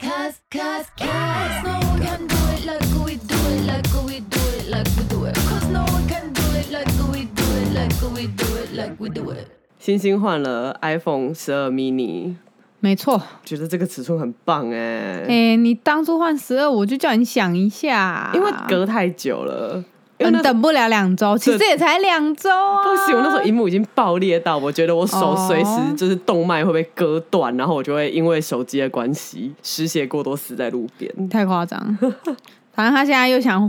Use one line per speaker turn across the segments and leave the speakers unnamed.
Cause, cause no one can do it like we do it, like we do it, like we do it. Cause no one can do it like we do it, like we do it, like we do it.
星星换了 iPhone 十二 mini，
没错。
觉得这个尺寸很棒哎、
哎、你当初换十二，我就叫你想一下，
因为隔太久了，因为
嗯
那
等不了两周，其实也才两周啊。
不行，我 那时候荧幕已经爆裂到，我觉得我手随时
哦
就是动脉会被割断，然后我就会因为手机的关系失血过多死在路边。
太夸张。反正他现在又想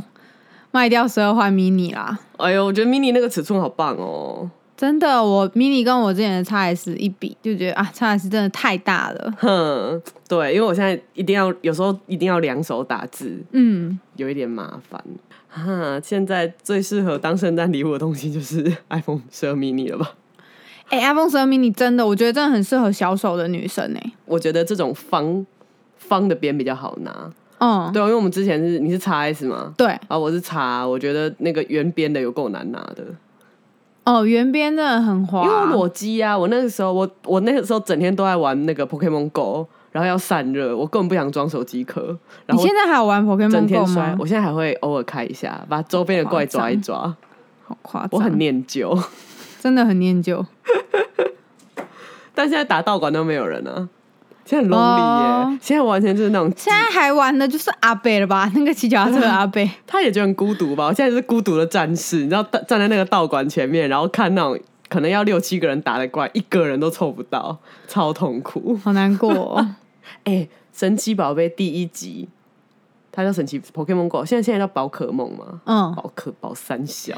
卖掉十二换 mini 啦。
哎呦，我觉得 mini 那个尺寸好棒哦，
真的，我 mini 跟我之前的 XS 一比，就觉得啊，XS 真的太大了。
哼，对，因为我现在一定要有时候一定要两手打字，
嗯，
有一点麻烦。哈，现在最适合当圣诞礼物的东西就是 iPhone 十二 mini 了吧？
哎、i p h o n e 十二 mini 真的，我觉得真的很适合小手的女生哎、
我觉得这种方方的边比较好拿。
嗯，
对，因为我们之前是你是 x S 吗？
对，
啊，我是 x R，我觉得那个圆边的有够难拿的。
哦，圆边真的很滑，
因为我裸机啊，我那个时候我我那个时候整天都在玩那个 Pokemon Go，然后要散热，我根本不想装手机壳，然
你
后
现在还有玩
整
Pokemon
天
Go
摔
吗，？
我现在还会偶尔开一下，把周边的怪抓一抓，
好夸张，
我很念旧，
真的很念旧。
但现在打道馆都没有人啊，现在很 lonely 耶、
哦
现在完全就是那种，
现在还玩的就是阿贝了吧？那个骑脚踏车的阿贝，
他也觉得很孤独吧，我现在就是孤独的战士，你知道站站在那个道馆前面，然后看那种。可能要六七个人打的怪，一个人都凑不到，超痛苦。
好难过、哦。
哎、神奇宝贝第一集，它叫神奇 Pokemon Go，现在现在叫宝可梦嘛，
嗯，
宝可宝三 小，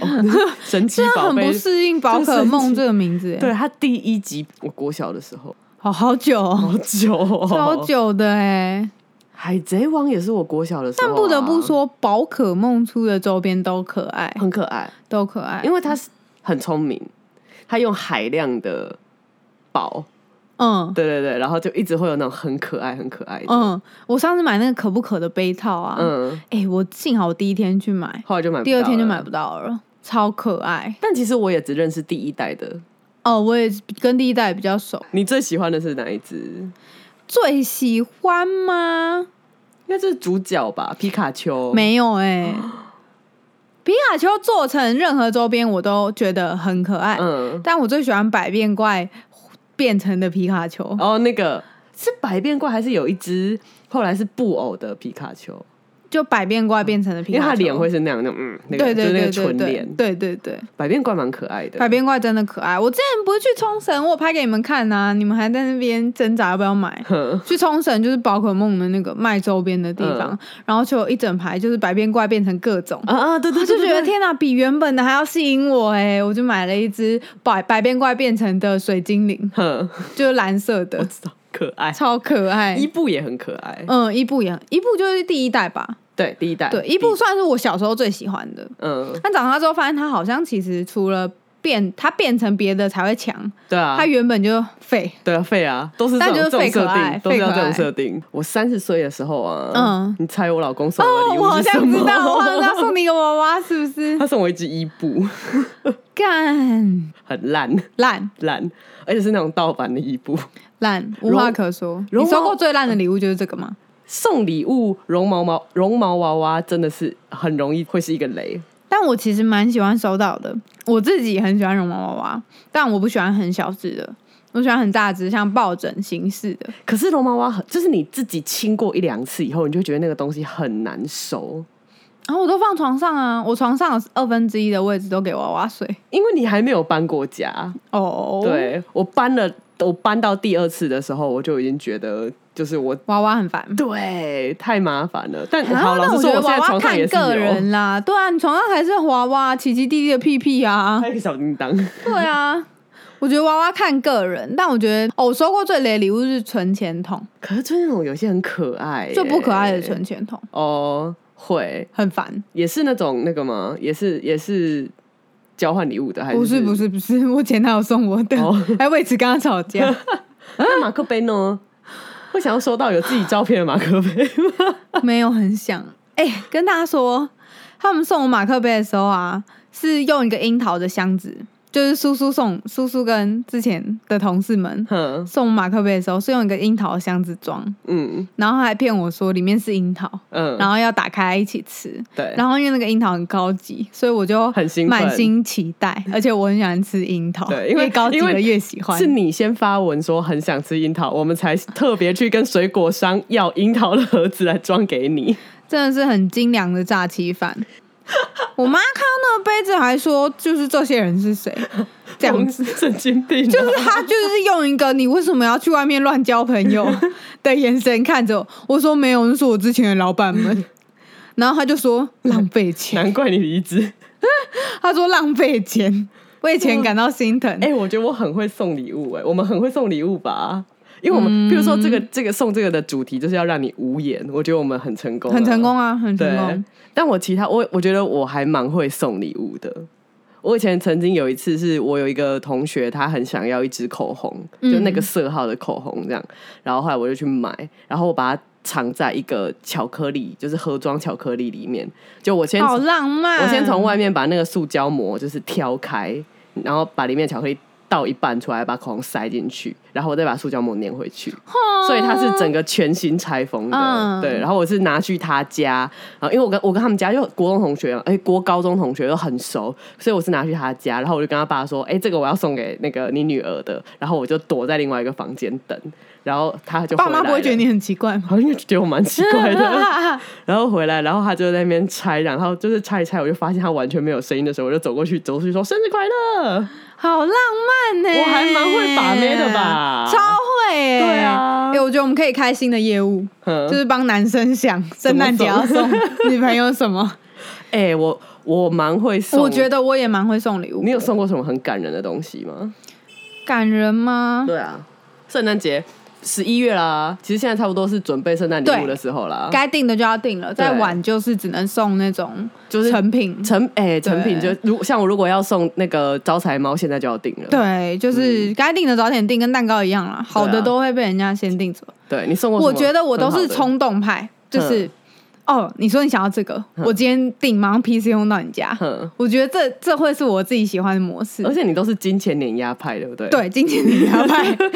神奇
真的
宝
很
贝
不。适应宝可梦这个名字、欸，
对，它第一集，我国小的时候，
好好久、哦，
好久、哦，
超。久的哎、
海贼王也是我国小的时候、啊
但不得不，说，宝可梦出的周边都可爱，
很可爱，
都可爱。
因为它是很聪明，它用海量的宝，
嗯
对对对，然后就一直会有那种很可爱、很可爱的，
嗯，我上次买那个可不可的杯套啊，哎、
嗯，
我幸好我第一天去买，
后来就买，
第二天就买
不
不
到了。
到了，超可爱。
但其实我也只认识第一代的。
哦，我也跟第一代比较熟，
你最喜欢的是哪一只？
最喜欢吗？
应该是主角吧，皮卡丘。
没有 哎、皮卡丘做成任何周边我都觉得很可爱，
嗯，
但我最喜欢百变怪变成的皮卡丘。
哦，那个是百变怪，还是有一只后来是布偶的皮卡丘？
就百变怪变成的皮
因为
卡丘，
它脸会是那样，那种嗯，那个
对对对
就是那
对
个唇
对
脸。
对对对，
百变怪蛮可爱的。
百，变怪真的可爱。我之前不是去冲绳，我有拍给你们看呐、你们还在那边挣扎要不要买
哼，
去冲绳就是宝可梦的那个卖周边的地方，
嗯
然后就有一整排就是百变怪变成各种。
啊啊，对对
我
对
就觉
对
得
对，
天哪，比原本的还要吸引我哎、我就买了一只百百变怪变成的水精灵，
哼，
就是蓝色的，
可爱。
超可爱
伊。布也很可爱，
嗯，伊布也伊布就是第一代吧，
对，第一代，
对，伊布，算是我小时候最喜欢的。
嗯，
但长大之后发现，他好像其实除了变，他变成别的才会强，
对啊
他，原本就废。
对啊，废啊，都是这
但
种
就是
这种
废可
设
爱
定，都是要
废可
这种
爱
设定。我三十岁的时候啊，
嗯哦
你猜我老公送我的礼
我
物
好
是什
像
么？
知道，我好像知道送你一个娃娃是不 是？
他送我一只伊布，
干
很烂。
烂
烂，而且是那种盗版的一部。
烂，无话可 说。
绒
你收
毛
过最烂的礼物就是这个吗？
送礼物绒毛毛绒毛娃娃真的是很容易会是一个雷，
但我其实蛮喜欢收到的，我自己很喜欢绒毛娃娃，但我不喜欢很小只的，我喜欢很大只，像抱枕形式的。
可是绒毛娃娃很就是你自己亲过一两次以后，你就觉得那个东西很难收，
然后我都放床上啊，我床上有二分之一的位置都给娃娃睡。
因为你还没有搬过家。
哦，，
对我搬了，我搬到第二次的时候，我就已经觉得就是我
娃娃很烦。
对太麻烦了。但
啊
哦好，老
那
实
我
说，
觉得
我现在
娃娃
床上
看
也是
个
有。
人啦，对啊，你床上还是娃娃，奇奇弟弟的屁屁啊
还，有一个小叮当，
对啊，我觉得娃娃看个人，但我觉得哦，我收过最雷的礼物是存钱筒，
可是就是那种有些很可爱、欸，
最不可爱的存钱筒，
哦，会，
很烦。
也是那种那个吗？也是也是交换礼物的，还是
不是不？是不是，我前男友送我的，
哦
还为此跟他吵架。
那马克杯呢？会想要收到有自己照片的马克杯吗？
没有很想。哎、跟大家说，他们送我马克杯的时候啊，是用一个樱桃的箱子，就是苏苏送苏苏跟之前的同事们
哼，
送马克杯的时候，是用一个樱桃的箱子装，
嗯
然后还骗我说里面是樱桃，然
嗯，
后要打开来一起吃。
对，
然后因为那个樱桃很高级，所以我就
很兴奋
满心期待，而且我很喜欢吃樱桃，
对因为
越高级
因
的
为
越喜欢
是。你先发文说很想吃樱桃，我们才特别去跟水果商要樱桃的盒子来装给你。
真的是很精良的诈欺犯。 我妈看到那个杯子还说，就是这些人 是谁？这样子，
子神经病、啊
就。是他就是用一个你为什么要去外面乱交朋 友的眼神看着我。我说没有，那是我之前的老 板们。然后他就说浪费 钱，
难怪你离职。
他说浪费钱，为钱感到心疼。
哎、我觉得我很会送礼物、哎，我们很会送礼物吧？因为我们，
嗯
比如说这个这个送这个的主题就是要让你无言，我觉得我们很成功、
很成。功啊，很成
对
功。，
但我其他我我觉得我还蛮会送礼物的。我以前曾经有一次，是我有一个同学，他很想要一支口红，
嗯
就那个色号的口红这样。然后后来我就去买，然后我把它藏在一个巧克力，就是盒装巧克力里面。就我先
好浪漫。
我先从外面把那个塑胶膜就是挑开，然后把里面的巧克力倒一半出来，把口红塞进去，然后我再把塑胶膜粘回去。所以它是整个全新拆封的，
哦嗯
对。然后我是拿去他家，然后因为我跟我跟他们家就国中同学嘛，哎，国高中同学都很熟，所以我是拿去他家，然后我就跟他爸说，哎，这个我要送给那个你女儿的，然后我就躲在另外一个房间等，然后他就
爸妈
回来
不会觉
了
得你很奇怪吗？
好像就觉得我蛮奇怪 的。然后回来，然后他就在那边拆，然后就是拆一拆，我就发现他完全没有声音的时候，我就走过去，走过去说生日快乐。
好浪漫呢、欸
我还蛮会把妹的吧
超会、欸！
对啊
哎、我觉得我们可以开新的业务，
嗯
就是帮男生想圣诞节要送女朋友什么。
哎、我我蛮会 送，
我觉得我也蛮会送礼物
你，有送过什么很感人的东西吗？
感人吗？
对啊，圣诞节十一月啦，其实现在差不多是准备圣诞礼物
对
的时候啦。
该定的就要定了，再
啊对
晚就是只能送那种
就是
成品。
成哎、成品就
对
如像我如果要送那个招财猫，现在就要定了。
对，就是该定的早点定，跟蛋糕一样啦。好
嗯对
的
啊
都会被人家先定走。
对你送过什么
我
很好的？嗯
觉得我都是冲动派，就是、哦，你说你想要这个，我今天订，马上 PC 用到你家。
嗯，
我觉得这这会是我自己喜欢的模式
而。且你都是金钱碾压派，对哦不对？，
对，今天你要 买，就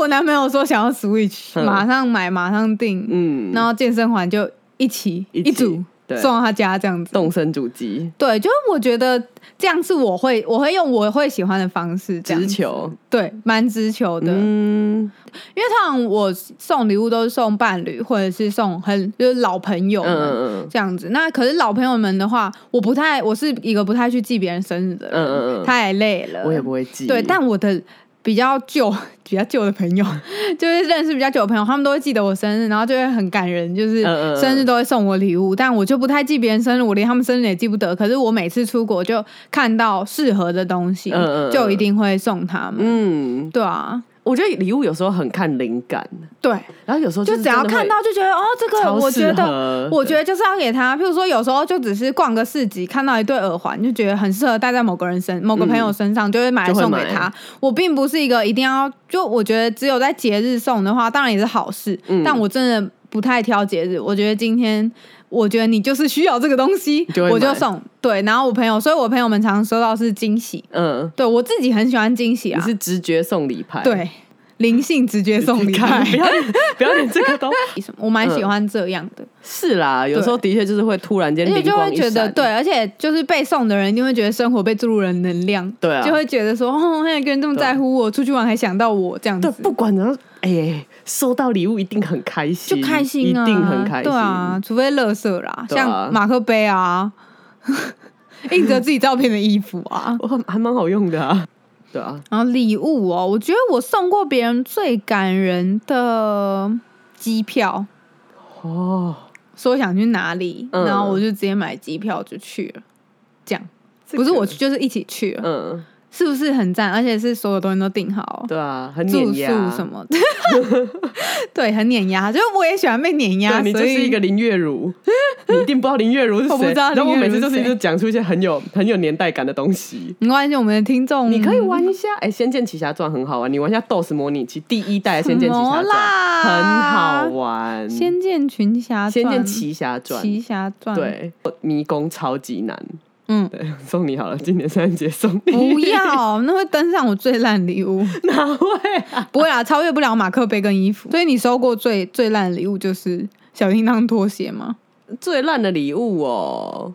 我男朋友说想要 Switch，
嗯
马上买，马上订，
嗯，
然后健身环就一起
一
一
起
组
对
送到他家这样子。
动身主机
对，就是我觉得这样是我会我会用我会喜欢的方式这样
直
子，
球，
对，蛮直球的。
嗯
因为通常我送礼物都是送伴侣或者是送很就是老朋友
嗯
们
嗯嗯。
这样子。那可是老朋友们的话，我不太，我是一个不太去记别人生日的人，
嗯嗯嗯
太累了。
我也不会记。
对，但我的比较旧、比较旧的朋友，
嗯
就是认识比较久的朋友，他们都会记得我生日，然后就会很感人，就是
嗯嗯嗯
生日都会送我礼物。但我就不太记别人生日，我连他们生日也记不得。可是我每次出国就看到适合的东西，
嗯嗯嗯
就一定会送他们。
嗯，
对啊，
我觉得礼物有时候很看灵感，
对，
然后有时候
就是只要
真的会
看到就觉得哦，这个
超
我
适
觉得。
合
我觉得就是要给他，譬如说有时候就只是逛个市集，看到一对耳环，就觉得很适合戴在某个人身、某个朋友身上，就会买来
嗯就会
送给
买
他。我并不是一个一定要，就我觉得只有在节日送的话，当然也是好事，
嗯
但我真的不太挑节日。我觉得今天，我觉得你就是需要这个 东西，
就会
我就
买
送。对，然后我朋友，所以我朋友们常常收到是惊喜。
嗯，
对我自己很喜欢惊喜
你
啊，
是直觉送礼派，
对，灵性直接送
你
礼
看，嗯
派，
不要不要连这个 都
我蛮喜欢这样的。
是啦，有时候的确就是会突然间
而且
灵
就
光
会
一
觉得
闪
对，，而且就是被送的人一定会觉得生活被注入了能量，
对啊
就会觉得说，哦，那个人这么在乎我，出去玩还想到我这样子
对，，不管怎样，哎，收到礼物一定很开心，
就开心啊，
一定很开心，
对啊，除非乐色啦，
对啊
像马克杯啊，印着自己照片的衣服 啊，
我还蛮好用的啊，对啊，
然后礼物哦，我觉得我送过别人最感人的机票，
哦，
说想去哪里，
嗯
然后我就直接买机票就去了，这样。
这
不是
个
我去，就是一起去了，
嗯，
是不是很赞？而且是所有东西都订好哦，
对啊，很
住
碾
宿
压
什，么的， 对，很碾压。就是我也喜欢被碾压，
对你就
所以
是一个林月如， 你一定不知道林月如是谁。
我不知道
然后我
林月
每
如
次就是是
谁
就讲出一些很有很有年代感的东西。
没关系，我们的听众
你可以玩一下，哎、仙剑奇侠传》很好玩，你玩一下 DOS 模拟器第一代的《仙剑奇侠
什么啦
传》，很好玩。
《仙剑群侠传》
仙剑
奇
奇侠传》
奇侠传》
对，迷宫超级难，
嗯
对， 送你好了，今年圣诞节送你，
不要，那会登上我最烂礼物。
哪会啊？
不会啦，超越不了马克杯跟衣服。所以你收过最最烂的礼物就是小叮当拖鞋吗？
最烂的礼物哦。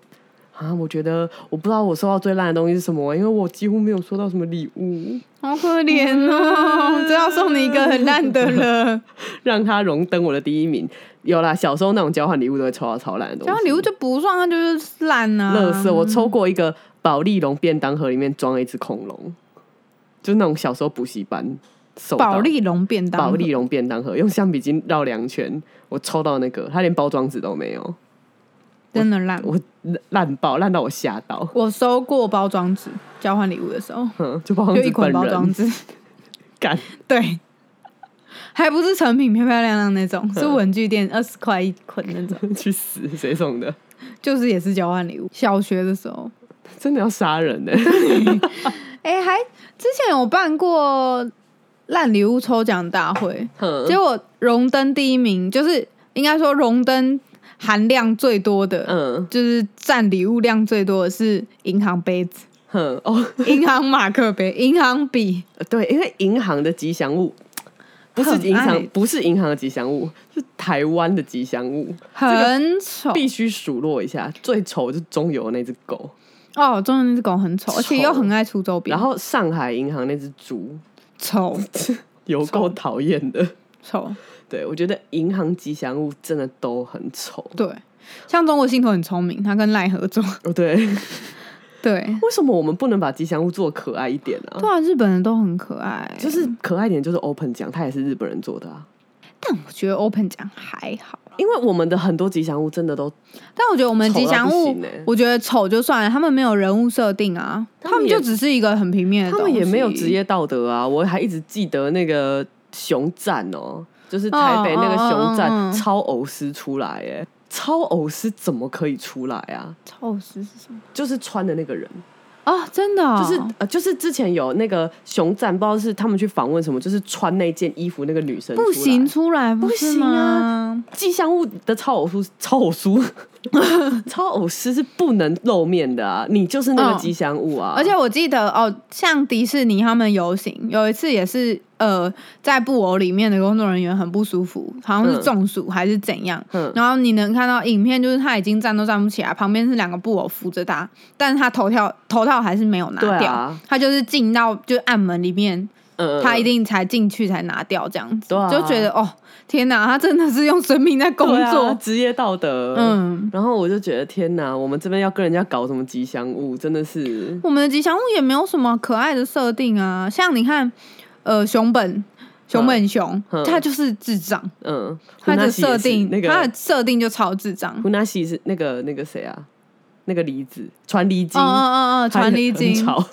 啊，我觉得我不知道我收到最烂的东西是什么，因为我几乎没有收到什么礼物，
好可怜哦，这要送你一个很烂的 了。
让他荣登我的第一名。有啦，小时候那种交换礼物都会抽到超烂的东西，
然后啊礼物就不算，它就是烂啊，
乐色，我抽过一个保利龙便当盒，里面装了一只恐龙，就是那种小时候补习班收到
保利龙便当，
保利龙便当盒，用橡皮筋绕两圈，我抽到那个，它连包装纸都没有，
真的烂。
我烂爆，烂到我吓到，
我收过包装纸交换礼物的时候，
哼，就包装
就一
纸
捆
本
包装
人
纸，
干，
对，还不是成品漂漂亮亮那种，是文具店二十块一捆那 种，
去死，谁送的？
就是也是交换礼物。小学的时候，
真的要杀人呢、
哎、还之前有办过烂礼物抽奖大会，
哼
结果荣登第一名，就是应该说荣登含量最多的，
嗯
就是占礼物量最多的是银行杯子、
哼哦，
银行马克杯、银行笔，
对，因为银行的吉祥物。不是
很
银行
爱，
不是银行的吉祥物，是台湾的吉祥物。
很丑
必须数落一下，最丑就是中油那只狗，
哦，中文那只狗很丑，而且又很爱出周边，
然后上海银行那只猪，
丑
有够讨厌的。
丑
对，我觉得银行吉祥物真的都很丑。
对。像中国信托很聪明，他跟赖合作，
哦，对，
对
为什么我们不能把吉祥物做可爱一点呢、
对啊，日本人都很可爱，
就是可爱一点，就是 Open 奖，它也是日本人做的啊。
但我觉得 Open 奖还好。
因为我们的很多吉祥物真的都，
但我觉得我们吉祥
丑到不
物
行欸，
我觉得丑就算了，他们没有人物设定啊，
他
他
们
们
也
就只是一个很平面的
他
东西，
们也没有职业道德啊。我还一直记得那个熊展哦，就是台北那个熊展、
嗯嗯嗯嗯
超偶师出来哎，超偶师怎么可以出来啊？
丑是是什么
就是穿的那个人，
啊？真的、哦，
就是呃，就是之前有那个熊展，不知道是他们去访问什么，就是穿那件衣服那个女生
不
出来
行，出来
不
是
行啊
吗，
吉祥物的超偶书、超偶 书、超偶师是不能露面的啊！你就是那个
嗯
吉祥物啊！
而且我记得哦，像迪士尼他们游行有一次也是，呃，在布偶里面的工作人员很不舒服，好像是
嗯
中暑还是怎样。
嗯
然后你能看到影片，就是他已经站都站不起来，旁边是两个布偶扶着他，但是他头套头套还是没有拿
对
掉，
啊
他就是进到就暗门里面，
嗯
他一定才进去才拿掉这样子，
对啊
就觉得哦天哪，他真的是用生命在工
对啊
作，
职业道德，嗯。
嗯。
然后我就觉得天哪，我们这边要跟人家搞什么吉祥物，真的是
我们的吉祥物也没有什么可爱的设定啊，像你看，呃，熊本熊本熊
嗯，
它就是智障，
嗯，
它的
Hunashi 也
设
是
定
那，
它
个
的设定就超智障。
胡纳西是那个那个谁啊？那个梨子传梨
嗯
精，
嗯嗯嗯，
他也
传离
很
经，
吵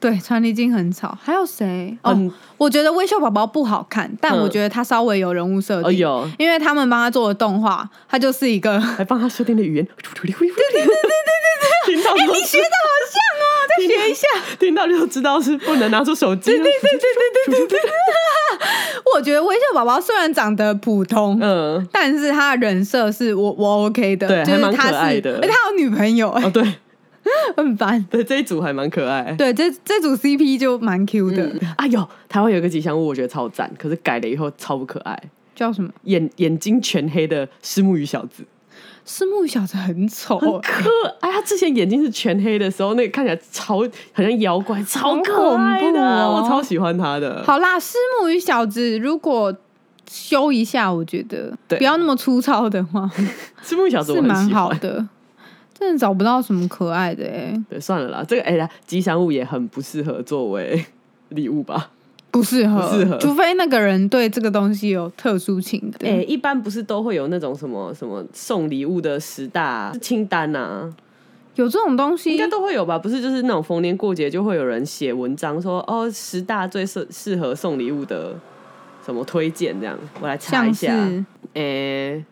对，传离经很吵。还有谁？
嗯
哦，我觉得微笑宝宝不好看，但
嗯
我觉得它稍微有人物设
哦
定，
有，
因为他们帮他做的动画，它就 是一个。哎
还帮他设定了语言，对对对对对，听到都
你学的好像哦，再学一下。
听到就知道是不能拿出手机， 对对对对对对对，
我觉得微笑宝宝虽然长得普通，
嗯，
但是他的人设是我我 OK 的，
对
就
还
是
蛮
他
可爱
是，
的
而且他有女朋友，
哦，对
很烦。
对，这一组还蛮可爱。
对，这这组 CP 就蛮 Q 的，
嗯啊，有台湾有一个吉祥物，我觉得超赞，可是改了以后超不可爱，
叫什么？
眼眼睛全黑的石目鱼小子，
是木小子很丑，
很可爱。哎他之前眼睛是全黑的时候，那个看起来超好像妖怪，超可爱
恐怖
的，
哦
我超喜欢他的。
好啦，是木与小子如果修一下，我觉得
对
不要那么粗糙的 话
石目鱼小子
是
我很
蛮
喜
好
欢。
的。真的找不到什么可爱的哎、
对，算了啦，这个哎呀，吉祥物也很不适合作 为礼物吧。
不适合，
不适合
除非那个人对这个东西有特殊情感。
哎、一般不是都会有那种什么什么送礼物的十大清单啊，
有这种东西，
应该都会有吧？不是，就是那种逢年过节就会有人写文章说，哦，十大最适适合送礼物的什么推荐这样，我来查一
像
下。
是
诶，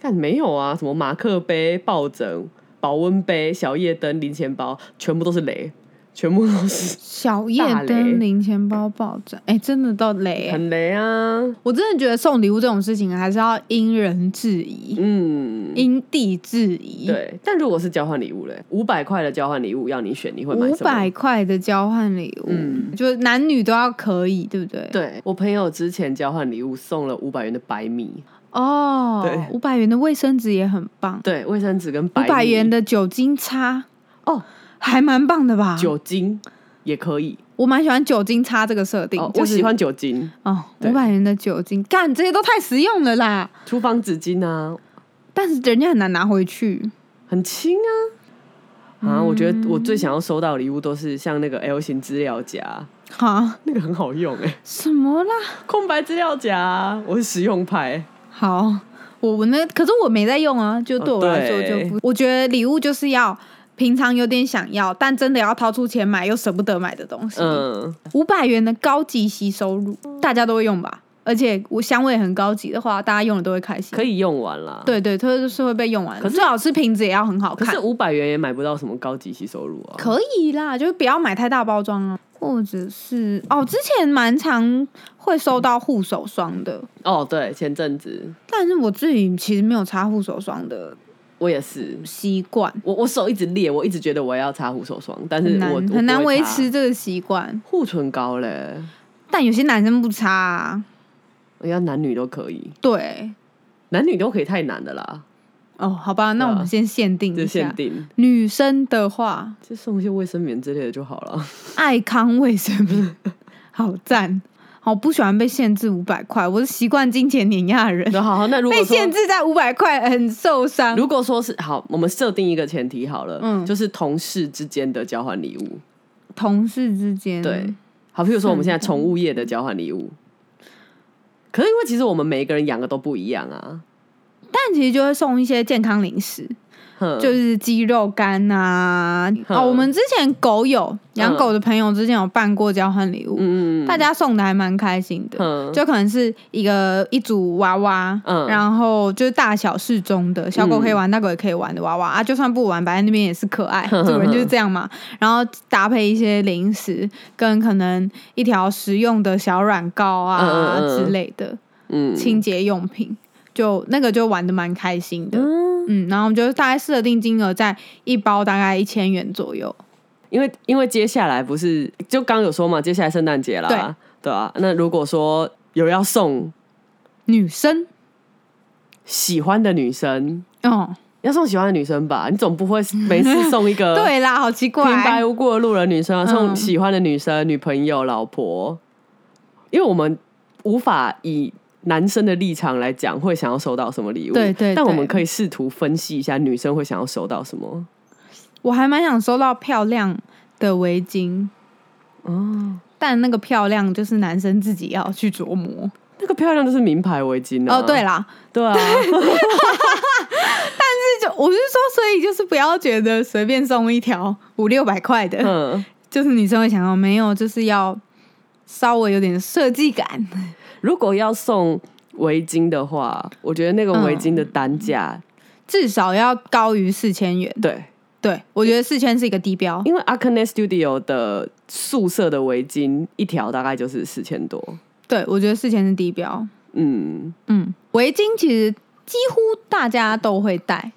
看、没有啊，什么马克杯、抱枕、保温杯、小夜灯、零钱包，全部都是雷。全部都是
小夜灯零钱包爆炸，哎、真的到雷、欸！
很雷啊，
我真的觉得送礼物这种事情还是要因人制宜，
嗯，
因地制宜。，
对。但如果是交换礼物嘞，五百块的交换礼物要你选，你会买
五
什么？
百块的交换礼物，
嗯
就是男女都要可以，对不对？
对我朋友之前交换礼物送了五百元的白米，
哦
对，
五百元的卫生纸也很棒，
对，卫生纸跟白
五
米
百元的酒精擦
哦，
还蛮棒的吧？
酒精也可以。
我蛮喜欢酒精擦这个设定，
哦，
就
我
是
喜欢酒精，
哦，
对
五百元的酒精，干这些都太实用了啦！
厨房纸巾啊，
但是人家很难拿回去，
很轻啊。啊，
嗯
我觉得我最想要收到的礼物都是像那个 L 型资料夹，
哈，
那个很好用哎、
什么啦？
空白资料夹啊，我是实用派。
好，我我那可是我没在用啊，就对
哦
我来说就
对
不，我觉得礼物就是要平常有点想要，但真的要掏出钱买又舍不得买的东西。
嗯，
五百元的高级吸收乳，大家都会用吧？而且我香味很高级的话，大家用了都会开心。
可
以，
以用完啦。，
对对，它就是会被用完的。
可是
最好是瓶子也要很好
可
看
是，五百元也买不到什么高级吸收乳啊。
可以啦，就是不要买太大包装啊。或者是哦，之前蛮常会收到护手霜的，
哦，对，前阵子
但是我自己其实没有擦护手霜的
我也是，
习惯，
我我手一直裂，我一直觉得我要擦护手霜，但是
很
我
难很难维持这个习惯。
护唇膏嘞，
但有些男生不擦、啊，
我要男女都可以，
对
男女都可以太难的啦，
哦，好吧，那我们先限定
啊就
一下
限。定，
女生的话，
就送一些卫生棉之类的就好 了。
爱康卫 生棉，好赞！好不喜欢被限制五百块，我是习惯金钱碾压的人，
那好好，那如果
被
说
限制在五百块很受伤。
如果说是好，我们设定一个前提好了，
啊嗯
就是同事之间的交换礼物，
同事之间，
对，好，譬如说我们现在
是
宠物业的交换礼物，可是因为其实我们每一个人养的都不一样啊，
但其实就会送一些健康零食，
哼
就是鸡肉干啊。
嗯
哦，我们之前狗友养狗的朋友之前有办过交换礼物，
嗯
大家送的还蛮开心的。
嗯，
就可能是一个一组娃娃，
嗯
然后就是大小适中的，小狗可以玩，大狗也可以玩的娃
嗯
娃啊，就算不玩，摆在那边也是可 爱。主人就是这样嘛，然后搭配一些零食，跟可能一条食用的小软膏啊
嗯嗯嗯
之类的
嗯
清洁用品，就那个就玩的蛮开心的。
嗯，
嗯，然后我们就大概设定金额在一包大概一千元左右。
因为因为接下来不是就刚有说嘛，接下来圣诞节啦，
对
对啊，那如果说有要送
女生
喜欢的女生，
哦，
要送喜欢的女生吧，你总不会每次送一 个
对啦，好奇怪，
呃平白无故的路人女生啊，送
嗯
喜欢的女生、女朋友、老婆，因为我们无法以男生的立场来讲会想要收到什么礼物，
对对
但我
对
们可以试图分析一下女生会想要收到什么。
我还蛮想收到漂亮的围巾，
哦，
但那个漂亮就是男生自己要去琢磨。
那个漂亮就是名牌围巾啊！
哦，对啦，
对 啊，
这就我是说，所以就是不要觉得随便送一条五六百块的，
嗯，
就是女生会想要没有，就是要稍微有点设计感。
如果要送围巾的话，我觉得那个围巾的单价，
至少要高于四千元，
对，
对我觉得四千是一个低标，
因为 Arcane Studio 的宿舍的围巾一条大概就是四千多，
对我觉得四千是低标。
嗯，
嗯，围巾其实几乎大家都会戴，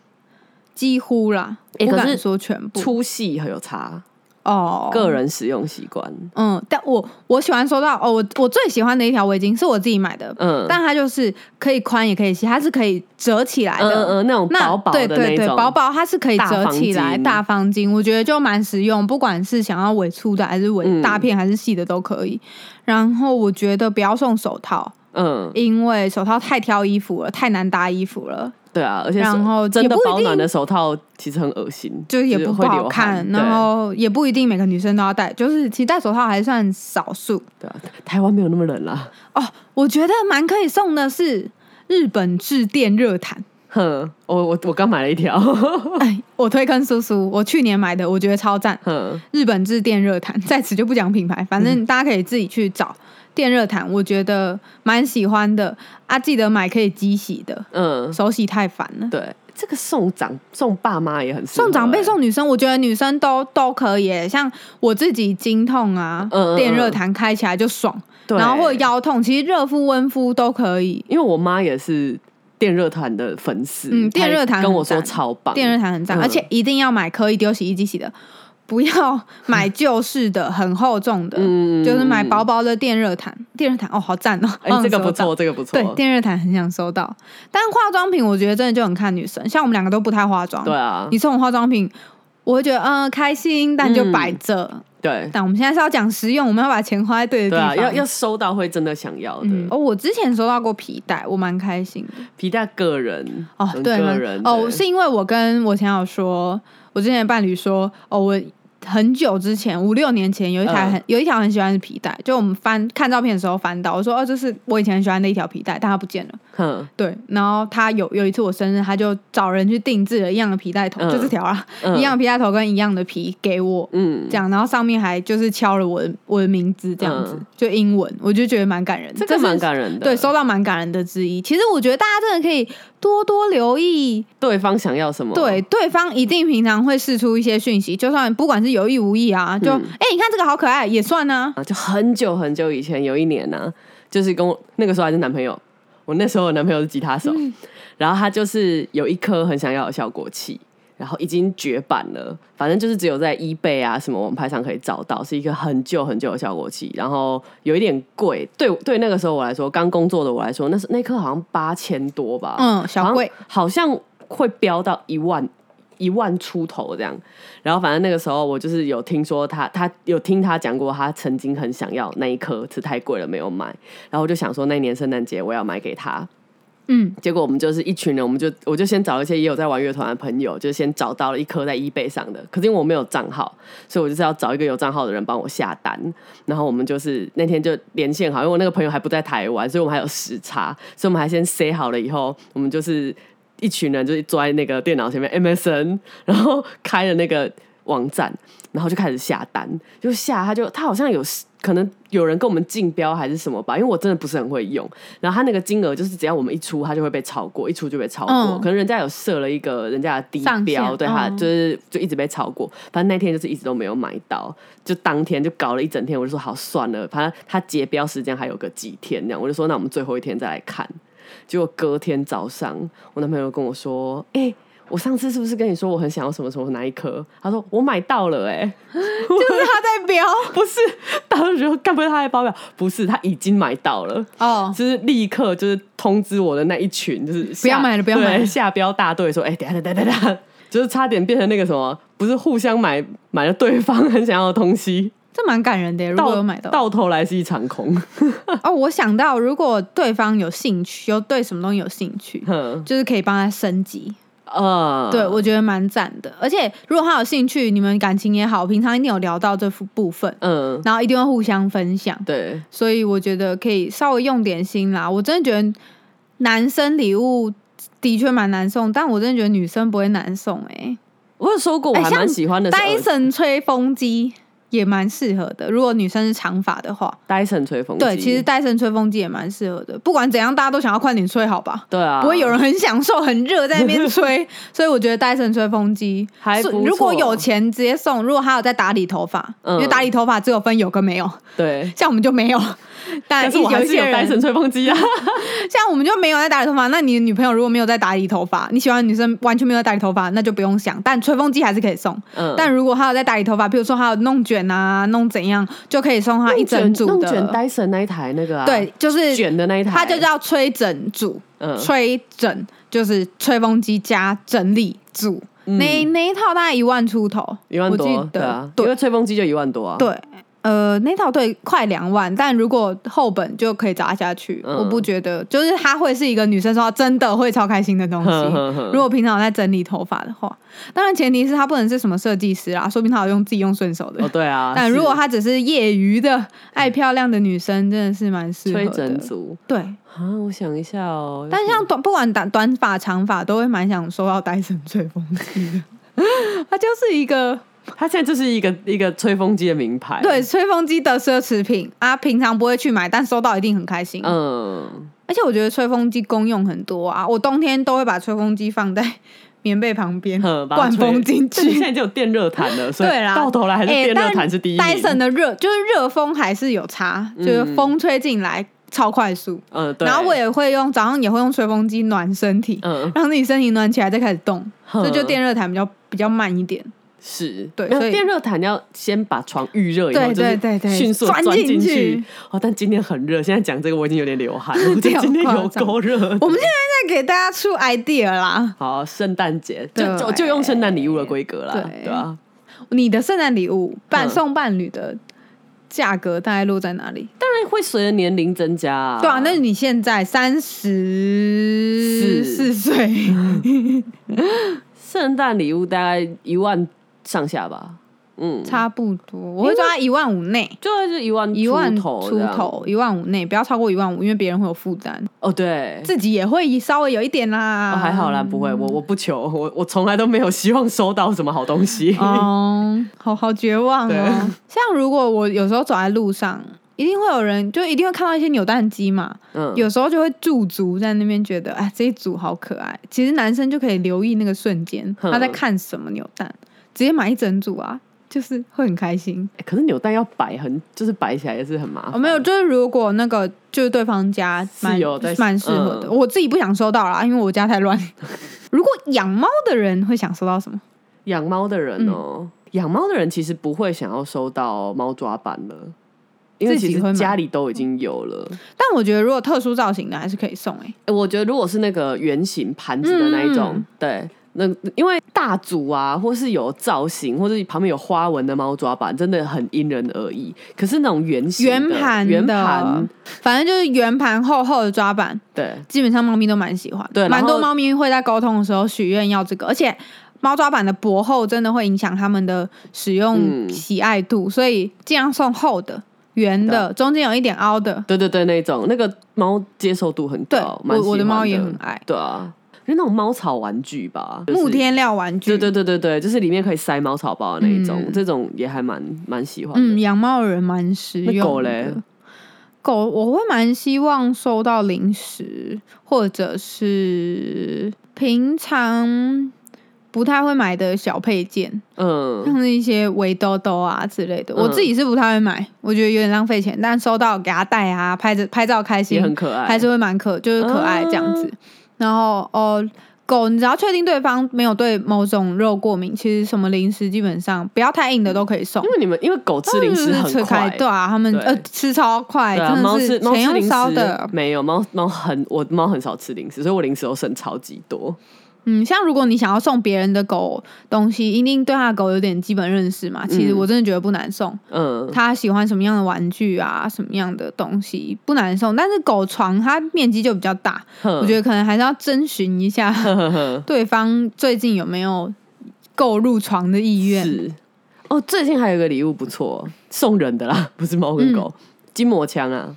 几乎啦，
欸
不
可是
敢说全部
粗细很有差，
哦，
个人使用习惯，
嗯，但我我喜欢收到哦，我我最喜欢的一条围巾是我自己买的，
嗯，
但它就是可以宽也可以细，它是可以折起来
嗯嗯
的。
嗯，那种
那
薄薄的
对
那
对
一
对，
种，
薄薄它是可以折起来，
大
大方巾，我觉得就蛮实用，不管是想要尾粗的还是尾、
嗯
大片还是细的都可以。然后我觉得不要送手套，
嗯，
因为手套太挑衣服了，太难搭衣服了，
对啊，而且手
然后
真
也
的
不一
保暖
定
的手套其实很恶心，
就是也
是
不
会
不好
流汗
看，，
对
然后也不一定每个女生都要戴，就是其实戴手套还算少数。
对啊，台湾没有那么冷啦，
哦，我觉得蛮可以送的是日本制电热毯。
哼，我我我刚买了一条，
哎，我推坑叔叔，我去年买的，我觉得超赞。
哼，
日本制电热毯， 在此就不讲品牌，反正大家可以自己去找电热毯，我觉得蛮喜欢的啊。记得买可以机洗的，
嗯，
手洗太烦了。
对，这个送长送爸妈也很适合
送长辈
欸
送女生，我觉得女生都都可以耶。像我自己经痛啊，
嗯嗯
电热
嗯
毯开起来就爽，
对
然后或者腰痛，其实热敷、温敷都可以。
因为我妈也是电热毯的粉丝，
嗯电热毯
她跟我说
很赞
超棒，
电热毯很赞，
嗯
而且一定要买可以丢洗衣机洗的，不要买旧式的、很厚重的，
嗯
就是买薄薄的电热毯。电热毯哦，好赞哦，
哎、
好想
这个不
收到。
错，这个不错，
对，电热毯很想收到，但化妆品我觉得真的就很看女生，像我们两个都不太化妆。
对啊
你，送我化妆品，我会觉得嗯、开心，但就
嗯
摆着。
对
但我们现在是要讲实用，我们要把钱花在对的
对
地方。
啊，要要收到会真的想要的、
嗯哦，我之前收到过皮带，我蛮开心的。
皮带，个人
哦，
很
对，
个
蛮
人
哦，
对
是因为我跟我前友说，我之前的伴侣说，哦，我很久之前五六年前有一台
嗯
很、有一条很喜欢的皮带，就我们翻看照片的时候翻到，我说哦，这是我以前很喜欢的一条皮带，但它不见了。
哼
对，然后他有有一次我生日，他就找人去定制了一样的皮带头，
嗯
就这条啊，
嗯
一样的皮带头跟一样的皮给我。
嗯，
这样，然后上面还就是敲了我的我的名字，这样子、
嗯
就英文，我就觉得蛮感人的。
这个
是
蛮感人的，
对，收到蛮感人的之一。其实我觉得大家真的可以多多留意，
对方想要什么，
对对方一定平常会试出一些讯息，就算不管是有意无意啊，就哎、诶你看这个好可爱也算啊。
啊，就很久很久以前有一年呢、啊就是跟我那个时候还是男朋友，我那时候的男朋友是吉他手，然后他就是有一颗很想要的效果器，然后已经绝版了，反正就是只有在 eBay 啊什么网拍上可以找到，是一个很旧很旧的效果器，然后有一点贵，对对，那个时候我来说，刚工作的我来说，那是那颗好像八千多吧，
嗯，小贵，
好像，好像会飙到一万一万出头这样。然后反正那个时候我就是有听说他，他有听他讲过，他曾经很想要那一颗，只太贵了没有买。然后我就想说，那一年圣诞节我要买给他。
嗯，
结果我们就是一群人，我们就我就先找一些也有在玩乐团的朋友，就先找到了一颗在 eBay 上的。可是因为我没有账号，所以我就是要找一个有账号的人帮我下单。然后我们就是那天就连线好，因为我那个朋友还不在台湾，所以我们还有时差，所以我们还先 say 好了以后，我们就是一群人就是坐在那个电脑前面 MSN，然后开了那个网站，然后就开始下单，就下他就他好像有可能有人跟我们竞标还是什么吧，因为我真的不是很会用。然后他那个金额就是只要我们一出，他就会被超过，一出就被超过。
嗯
可能人家有设了一个人家的低
上限
标，对他
嗯
就是就一直被超过。反正那天就是一直都没有买到，就当天就搞了一整天，我就说好算了，反正他结标时间还有个几天这样，我就说那我们最后一天再来看。结果隔天早上，我男朋友跟我说：“哎、我上次是不是跟你说我很想要什么什么哪一颗？”他说：“我买到了、欸。”哎，
就是他在 哦标
不是，大家就觉得该不会他在包表？不是，他已经买到了。
哦，
就是立刻就是通知我的那一群，就是下
不要买了不要买了
对下标大队说，哎、等一下等一下等一下，就是差点变成那个什么，不是互相买买了对方很想要的东西，
这蛮感人的耶。如果有买到，
到头来是一场空。
哦，我想到，如果对方有兴趣，有对什么东西有兴趣，
哼
就是可以帮他升级。
呃，
对，我觉得蛮赞的。而且如果他有兴趣，你们感情也好，平常一定有聊到这部分，
嗯，
然后一定会互相分享。
对，
所以我觉得可以稍微用点心啦。我真的觉得男生礼物的确蛮难送，但我真的觉得女生不会难送哎、
我有收过，我
哎
还
像
蛮喜欢的是耳
Dyson 吹风机也蛮适合的，如果女生是长发的话，
Dyson 吹风机，
对，其实 Dyson 吹风机也蛮适合的。不管怎样，大家都想要快点吹，好吧？
对啊，
不会有人很享受、很热在那边 吹，所以我觉得戴森吹风机
还不错
如果有钱直接送，如果他有在打理头发，
嗯
因为打理头发只有分有跟没有，
对。
像我们就没有， 但
但是我还
有一
是有
些人
Dyson 吹风机啊，
像我们就没有在打理头发，那你的女朋友如果没有在打理头发，你喜欢的女生完全没有在打理头发，那就不用想。但吹风机还是可以送。
嗯
但如果她有在打理头发，比如说她有弄卷啊、弄怎样，就可以送她一整组
弄
的。
卷弄卷 Dyson 那一台那个啊，
对，就是
卷的那一台，
它就叫吹整组，
嗯
吹整就是吹风机加整理组。那那一套大概一万出头，
嗯一万
我记
多，对
得
啊，因为吹风机就一万多啊，
对，呃，那套对快两万，但如果后本就可以砸下去，
嗯
我不觉得，就是它会是一个女生说她真的会超开心的东西。
哼哼哼
如果平常有在整理头发的话，当然前提是她不能是什么设计师啦，说不定她有用自己用顺手的。
哦，对啊。
但
是
如果她只是业余的爱漂亮的女生，真的是蛮适合
吹
的。
整组
对，
啊，我想一下哦，
但像短不管短短发长发，都会蛮想收到戴森吹风 机的。它就是一个
它现在就是一个一个吹风机的名牌，
对，吹风机的奢侈品啊，平常不会去买，但收到一定很开心。
嗯，
而且我觉得吹风机功用很多啊，我冬天都会把吹风机放在棉被旁边，
哼把它
灌
吹
风进
但是现
去。
在就有电热毯了，所以
对啦，
到头来还是
哎
电热
但
毯是第一名。
Dyson 的热就是热风还是有差，就是
嗯
风吹进来超快速。
嗯，对。
然后我也会用早上也会用吹风机暖身体，
嗯，
让自己身体暖起来再开始动，所以就
哼
电热毯比较比较慢一点。
是，
对
没有
所以
电热毯要先把床预热以后，
对对对
就是
对
迅速地
钻
钻去
进去。
哦，但今天很热，现在讲这个我已经有点流 汗，我觉得今天有够热。
我们现在在给大家出 idea 啦，
好，圣诞节就就
对
就用圣诞礼物的规格啦，
对
对啊吧？
你的圣诞礼物伴
嗯
送伴侣的价格大概落在哪里？
当然会随着年龄增加啊。
对啊，那你现在三十四岁，
圣诞礼物大概一万上下吧，嗯，
差不多，我会抓一万五内。
就是一万
一万
头
出
这样
头，一万五内，不要超过一万五，因为别人会有负担，
哦，对。
自己也会稍微有一点啦。
哦，还好啦，不会，我我不求，我我从来都没有希望收到什么好东西。
哦，好好绝望
对
哦！像如果我有时候走在路上，一定会有人，就一定会看到一些扭蛋机嘛。
嗯，
有时候就会驻足在那边，觉得哎，这一组好可爱。其实男生就可以留意那个瞬间，
哼
他在看什么扭蛋，直接买一整组啊，就是会很开心。
欸可是扭蛋要摆很，就是摆起来也是很麻
哦，
烦。
没有，就是如果那个就是对方家
啊是
蛮
有在
蛮适合的，
嗯
我自己不想收到啦，因为我家 太乱。如果养猫的人会想收到什么？
养猫的人
嗯
哦，养猫的人其实不会想要收到猫抓板了，因为
自
其
己会
实
买
家里都已经有了。
但我觉得如果特殊造型的还是可以送哎、
欸我觉得如果是那个圆形盘子的那一种，
嗯
对。那因为大组啊，或是有造型，或是旁边有花纹的猫抓板，真的很因人而异。可是那种圆形的
圆盘
圆
的
盘，，
反正就是圆盘厚厚的抓板，
对
基本上猫咪都蛮喜欢。
对然后
蛮多猫咪会在沟通的时候许愿要这个，而且猫抓板的薄厚真的会影响它们的使用
嗯
喜爱度，所以尽量送厚的、圆
啊
的，中间有一点凹的。
对对对，那种那个猫接受度很
对，
高，哦蛮
我我
喜
的
欢
猫也很爱。
对啊，就那种猫草玩具吧，就是
木天料玩具，
对对对对对，就是里面可以塞猫草包的那一种，
嗯
这种也还蛮蛮喜欢
嗯，
的。
养猫的人蛮实用的。
那狗嘞
狗我会蛮希望收到零食，或者是平常不太会买的小配件，
嗯，
像是一些围兜兜啊之类的。我
嗯
自己是不太会买，我觉得有点浪费钱，但收到给它戴啊，拍着拍照开心
也，很可啊爱，
还是会蛮可，就是可爱这样子。然后哦。狗，你只要确定对方没有对某种肉过敏，其实什么零食基本上不要太硬的都可以送
因。为你们因为狗吃零食
就是吃
很快，
开，对啊，他们
对
呃吃超快，
对啊，
真
猫
的
吃
是
猫
钱
吃
用
零
烧的
食。没有猫猫很我猫很少吃零食，所以我零食都剩超级多。
嗯，像如果你想要送别人的狗东西，一定对他的狗有点基本认识嘛。其实
嗯
我真的觉得不难送，
嗯，
他喜欢什么样的玩具啊，什么样的东西不难送。但是狗床它面积就比较大，我
我
觉得可能还是要征询 一下
得
对方最近有没有购入床的意愿。
是哦，最近还有一个礼物不错，送人的啦，不是猫
嗯
跟狗，筋膜枪啊，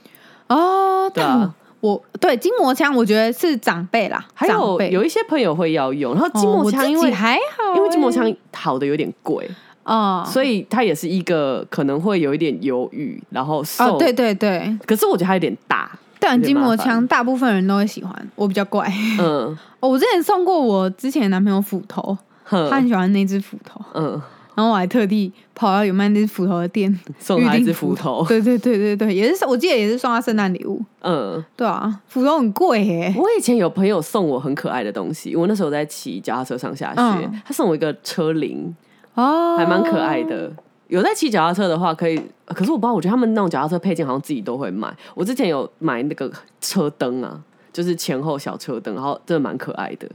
哦，
对
但
啊。
我对筋膜枪，我觉得是长辈啦，
还
长
有
辈
有一些朋友会要用，然后筋
哦
膜
我
枪
自
因
己
为、
还好欸，
因为筋膜枪好的有点贵，
哦，
所以它也是一个可能会有一点犹豫，然后瘦、
哦，对，对对，
可是我觉得它有点大，
但
有点
筋膜
麻烦
枪大部分人都会喜欢，我比较怪。
嗯，
哦，我之前送过我之前的男朋友斧头， 他很
哼，
喜欢那只斧头，
嗯，
然后我还特地跑到有卖那只斧头的店，
送他
预
一
定
只斧头，
对对对对对，也是我记得也是送他圣诞礼物。
嗯，
对啊，斧头很贵耶、
我以前有朋友送我很可爱的东西，我那时候在骑脚踏车上下学，
嗯
他送我一个车铃，
哦，
还蛮可爱。的。有在骑脚踏车的话，可以，可是我不知道，我觉得他们那种脚踏车配件好像自己都会买。我之前有买那个车灯啊，就是前后小车灯，然后真的蛮可爱的。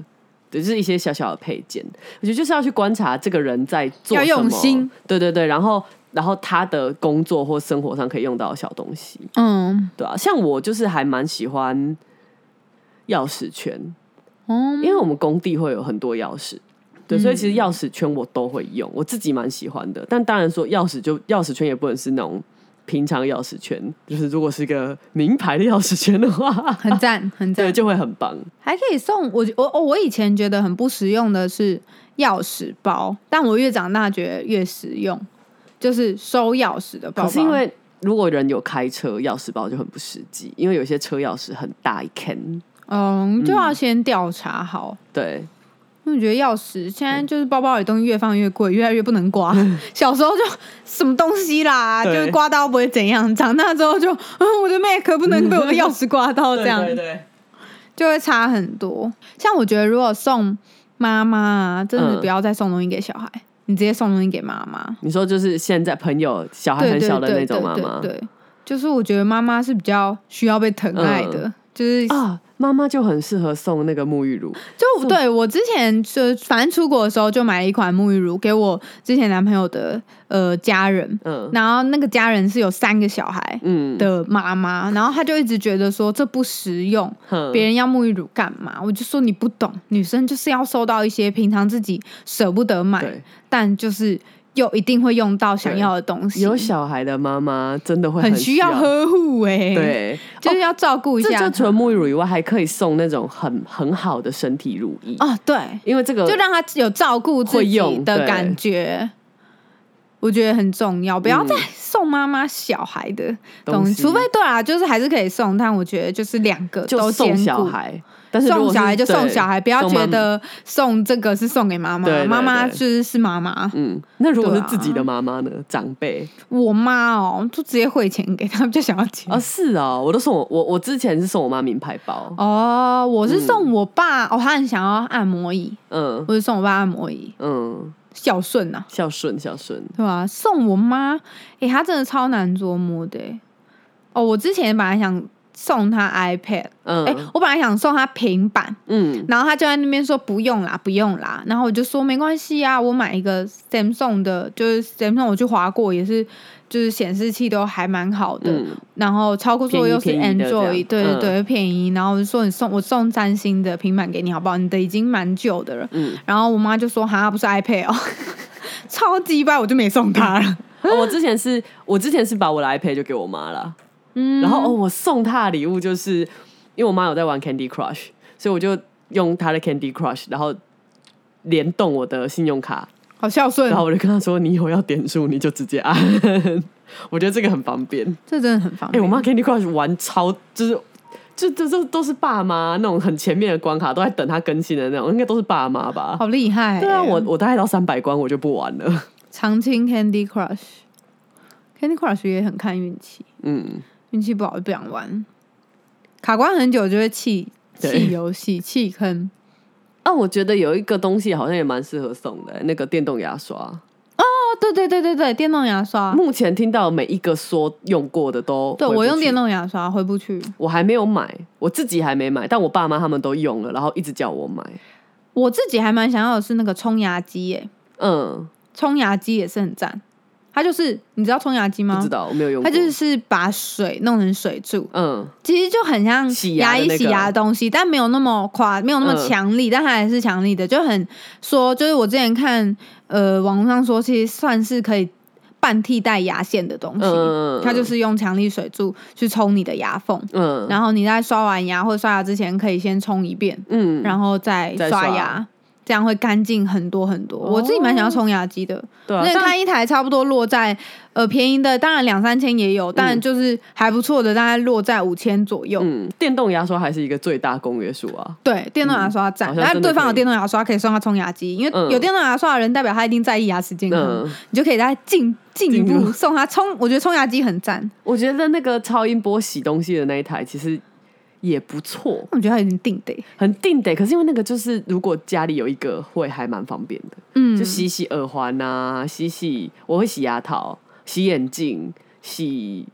对，就是一些小小的配件，我觉得就是要去观察这个人在做
要
什么，
用心
对对对，然后然后他的工作或生活上可以用到的小东西，
嗯，
对啊，像我就是还蛮喜欢钥匙圈，
哦，
因为我们工地会有很多钥匙，对，所以
嗯
其实钥匙圈我都会用，我自己蛮喜欢的。但当然说钥匙就钥匙圈也不能是那种平常钥匙圈，就是如果是一个名牌的钥匙圈的话，
很赞，很
对，
赞，
就会很棒。
还可以送我我我我以前觉得很不实用的是钥匙包，但我越长大觉得越实用，就是收钥匙的包包。
可是因为如果人有开车，钥匙包就很不实际，因为有些车钥匙很大一 can。
嗯，就要先调查好。
对，
因为我觉得钥匙现在就是包包里东西越放越贵，越来越不 能刮。小时候就什么东西啦，
对
就是刮到不会怎样，长大之后就， 嗯，我的 Mac 不能被我的钥匙刮到，这样
对，
就会差很多。像我觉得，如果送妈妈啊，真
嗯
的不要再送东西给小孩，你直接送东西给妈妈，
你说就是现在朋友小孩
对
很
对
小的那
对
种
对
妈妈
对，对就是我觉得妈妈是比较需要被疼爱的，就是
啊，妈妈就很适合送那个沐浴乳，
就对我之前就反正出国的时候就买了一款沐浴乳给我之前男朋友的呃家人，
嗯
然后那个家人是有三个小孩
嗯，
的妈妈，然后他就一直觉得说这不实用，
哼
别人要沐浴乳干嘛？我就说你不懂，女生就是要收到一些平常自己舍不得买，
对
但就是又一定会用到想要的东西，
有小孩的妈妈真的会
很需
需
要呵护哎、，
对， 哦
就是要照顾一
这
下
就
她。
除了沐浴乳以外，还可以送那种很很好的身体乳液，
哦，对，
因为这个
就让他有照顾自
呃会
己
用
的
对
感觉。我觉得很重要，不要再送妈妈小孩的
嗯
东
东
西，
西
除非对啊，就是还是可以送，但我觉得就是两个
就
都兼
送小
顾。
孩，但是如果
送
是
小孩就送小孩，不要觉。
对送妈妈
得送这个是送给妈妈
对，对
妈妈
对
就是是妈妈。
嗯，那如果
对
是
啊
自己的妈妈呢？长辈
我妈哦，就直接汇钱给她，就想要钱
啊，。是哦，我都送我我我之前是送我妈名牌包，
哦，我是送我爸，哦，他很想要按摩椅，
嗯
我就送我爸按摩椅，
嗯，
孝顺啊呐、
孝顺孝顺，
对吧、送我妈，诶、她真的超难捉摸的、诶哦，我之前本来想送她 iPad，
嗯、
诶、我本来想送她平板，
嗯
然后她就在那边说不用啦，不用啦。然后我就说没关系啊，我买一个 Samsung 的，就是 Samsung 我去划过也是，就是显示器都还蛮好的。
嗯，
然后超过说又是
便宜便宜的这样
Android，对对
嗯
对，便宜。然后我就说你送我送三星的平板给你好不好？你的已经蛮旧的了。
嗯
然后我妈就说哈，不是 iPad 哦， 超级拜，我就没送她了。
哦我之前是我之前是把我的 iPad 就给我妈了，
嗯，
然后哦，我送她的礼物就是因为我妈有在玩 Candy Crush，所以我就用她的 Candy Crush，然后联动我的信用卡，
好孝顺
然，后我就跟她说，你以后要点数你就直接按， 我觉得这个很方便。
这真的很方
哎、
便。
我妈 Candy Crush 玩超就是。就这这都是爸妈那种很前面的关卡，都在等它更新的那种，应该都是爸妈吧？
好厉害、欸
对啊，我我大概到三百关我就不玩了。
常青 Candy Crush，Candy Crush 也很看运气，
嗯，
运气不好就不想玩，卡关很久就会弃
对
弃游戏弃坑。
啊，我觉得有一个东西好像也蛮适合送的、那个电动牙刷。
哦，对对对对对，电动牙刷，
目前听到每一个说用过的都
对
回不
我用
去
电，动牙刷回不去。
我还没有买，我自己还没买，但我爸妈他们都用了，然后一直叫我买。
我自己还蛮想要的是那个冲牙机耶、
嗯，
冲牙机也是很赞。它就是你知道冲牙机吗？
不知道，我没有用过。
它就是把水弄成水柱，
嗯，
其实就很像
洗牙
牙
的
医
那
洗
个
牙的东西，但没有那么夸，没有那么
嗯
强力，但它还是强力的，就很说，就是我之前看呃网络上说，其实算是可以半替代牙线的东西，
嗯
它就是用强力水柱去冲你的牙缝，
嗯
然后你在刷完牙或者刷牙之前，可以先冲一遍，
嗯，
然后再
再
刷
刷
牙，这样会干净很多很多。我自己蛮想要冲牙机的，
对啊，
那
但
它一台差不多落在呃便宜的，当然两三千也有，但就是还不错的，大概落在五千左右。
嗯，电动牙刷还是一个最大公约数啊。
对，电动牙刷赞
嗯好，像
但
真的
对方有
可以
电动牙刷可以送他冲牙机，因为
嗯
有电动牙刷的人代表他一定在意牙齿健康，
嗯
你就可以再进进一
进一
步
步
送他冲。我觉得冲牙机很赞，
我觉得那个超音波洗东西的那一台其实也不错，
我觉得他有点定得，
很定得。可是因为那个就是，如果家里有一个会还蛮方便的，
嗯
就洗洗耳环啊，洗洗我会洗牙套、洗眼镜、洗